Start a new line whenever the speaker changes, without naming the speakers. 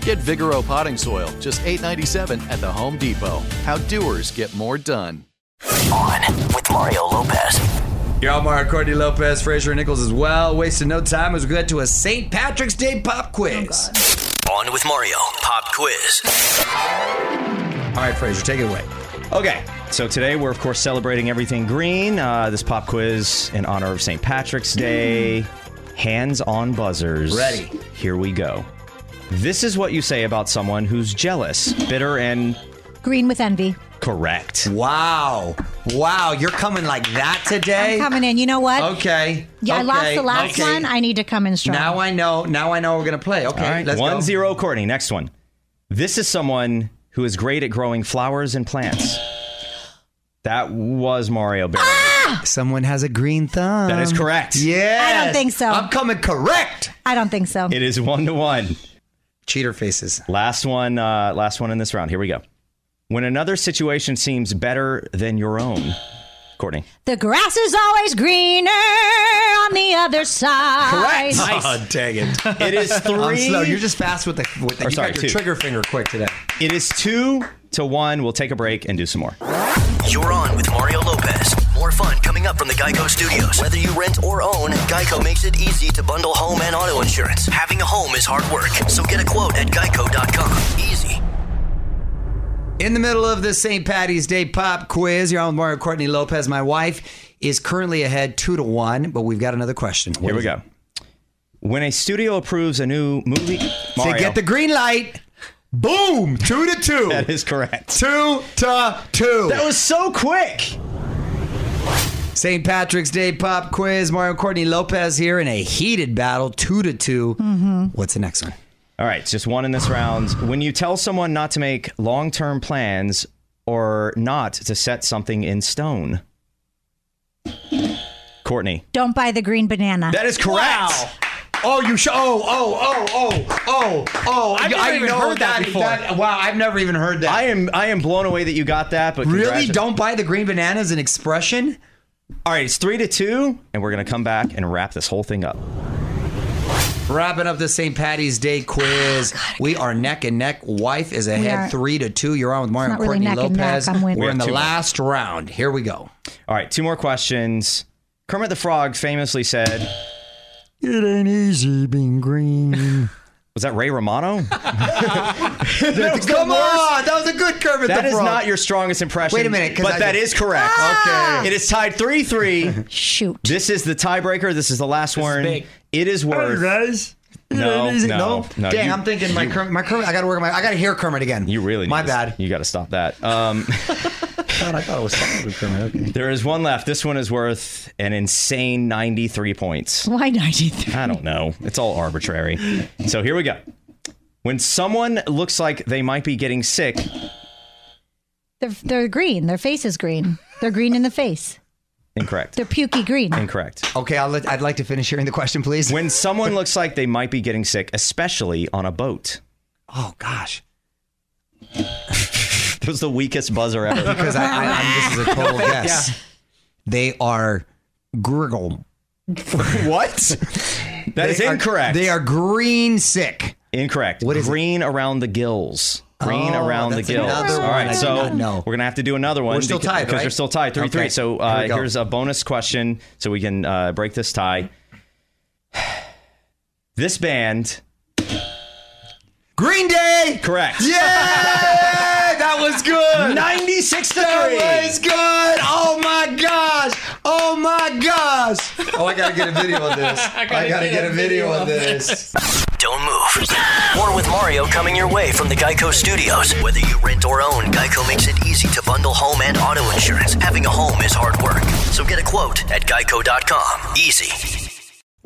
Get Vigoro potting soil, just $8.97 at the Home Depot. How doers get more done.
On with Mario Lopez.
You're all Mario Courtney Lopez, Fraser Nichols as well. Wasting no time as we get to a St. Patrick's Day
Oh,
pop quiz.
On with Mario. Pop quiz.
all right, Fraser, take it away.
Okay, so today we're of course celebrating everything green. Uh, this pop quiz in honor of St. Patrick's Day. Hands on buzzers.
Mm. Ready.
Here we go. This is what you say about someone who's jealous, bitter, and
Green with envy.
correct.
Wow. Wow, you're coming like that today?
I'm coming in. You know what?
Okay.
Yeah, I lost
Okay.
the last
Okay.
one. I need to come in strong.
Now I know. Now I know we're gonna play. Okay,
All right,
let's
one
go.
zero, Courtney. Next one. This is someone who is great at growing flowers and plants. That was Mario Barry.
Someone has a green thumb.
That is correct.
Um, Yeah.
I don't think so.
I'm coming correct.
I don't think so.
It is one to one.
Cheater faces.
Last one. Uh, last one in this round. Here we go. When another situation seems better than your own, Courtney.
the grass is always greener on the other side.
Correct.
Oh, dang it.
It is
I'm
three.
slow. You're just fast with the with the,
Or
you
sorry,
got your
two.
trigger finger quick today.
It is two to one. We'll take a break and do some more.
You're on with Mario Lopez. More fun coming up from the Geico Studios. Whether you rent or own, Geico makes it easy to bundle home and auto insurance. Having a home is hard work, so get a quote at geico.com. Easy.
In the middle of the St. Patty's Day pop quiz, you're on with Mario Courtney Lopez. My wife is currently ahead two to one, but we've got another question.
Here we go. When a studio approves a new movie, Mario,
To get the green light, boom, two to two.
that is correct.
two to two.
That was so quick.
St. Patrick's Day pop quiz. Mario Courtney Lopez here in a heated battle, two to 2 What's the next one?
All right, it's just one in this round. When you tell someone not to make long-term plans or not to set something in stone, Courtney.
Don't buy the green banana.
That is correct.
Oh, you show! Oh, oh, oh, oh, oh, oh!
I've never even
know
heard that before.
wow, I've never even heard that.
I am I am blown away that you got that. But
really
congratulations.
don't buy the green banana as an expression.
All right, it's three to two, and we're gonna come back and wrap this whole thing up.
Wrapping up the St. Patty's Day quiz, we are neck and neck. Wife is ahead
Oh, are.
three to two. You're on with Mario
not really
Courtney
neck and neck.
Lopez.
I'm with
We're
you.
in the
Two more.
last round. Here we go.
All right, two more questions. Kermit the Frog famously said,
It ain't easy being green.
"Was that Ray Romano?"
Come on, that was a good Kermit
That
the
is
Frog.
not your strongest impression.
Wait a minute, 'cause
but
I
that
did-
is correct.
Ah!
It is tied three-three.
Shoot.
This is the tiebreaker. This is the last word.
big.
It is worth.
guys.
No, no,
Oh, no,
no,
Dang,
you-
I'm thinking my Kermit. My Kermit. I gotta work. on My, I gotta hear Kermit again.
You really need
My
to-
bad.
You got to stop that. Um,
God, I thought it was something with Kermit. Okay.
there is one left. This one is worth an insane 93 points.
Why 93?
I don't know. It's all arbitrary. So here we go. When someone looks like they might be getting sick,
They're, they're green. Their face is green. They're green in the face.
Incorrect.
They're pukey green.
Incorrect.
Okay, I'll let, I'd like to finish hearing the question, please.
When someone looks like they might be getting sick, especially on a boat.
oh gosh,
That was the weakest buzzer ever.
because I, I, I'm, this is a total guess. They are griggle.
what? That is
They are-
incorrect.
they are green sick.
Incorrect.
What is it?
green around the gills? Green
Oh,
around the
that's
gills.
another
All
one I
right,
did
so
not know.
we're gonna have to do another one.
We're still
because,
tied,
because
right?
we're still tied, three three.
Okay,
So
here
uh,
we go.
here's a bonus question, so we can uh, break this tie. This band,
Green Day.
correct?
Yeah, that was good.
ninety-six to
That
three.
was good. Oh my gosh. Oh my gosh. Oh, I gotta get a video of this. I gotta, get, a video of this.
Don't move. More with Mario coming your way from the Geico Studios. Whether you rent or own, Geico makes it easy to bundle home and auto insurance. Having a home is hard work. So get a quote at geico.com. Easy.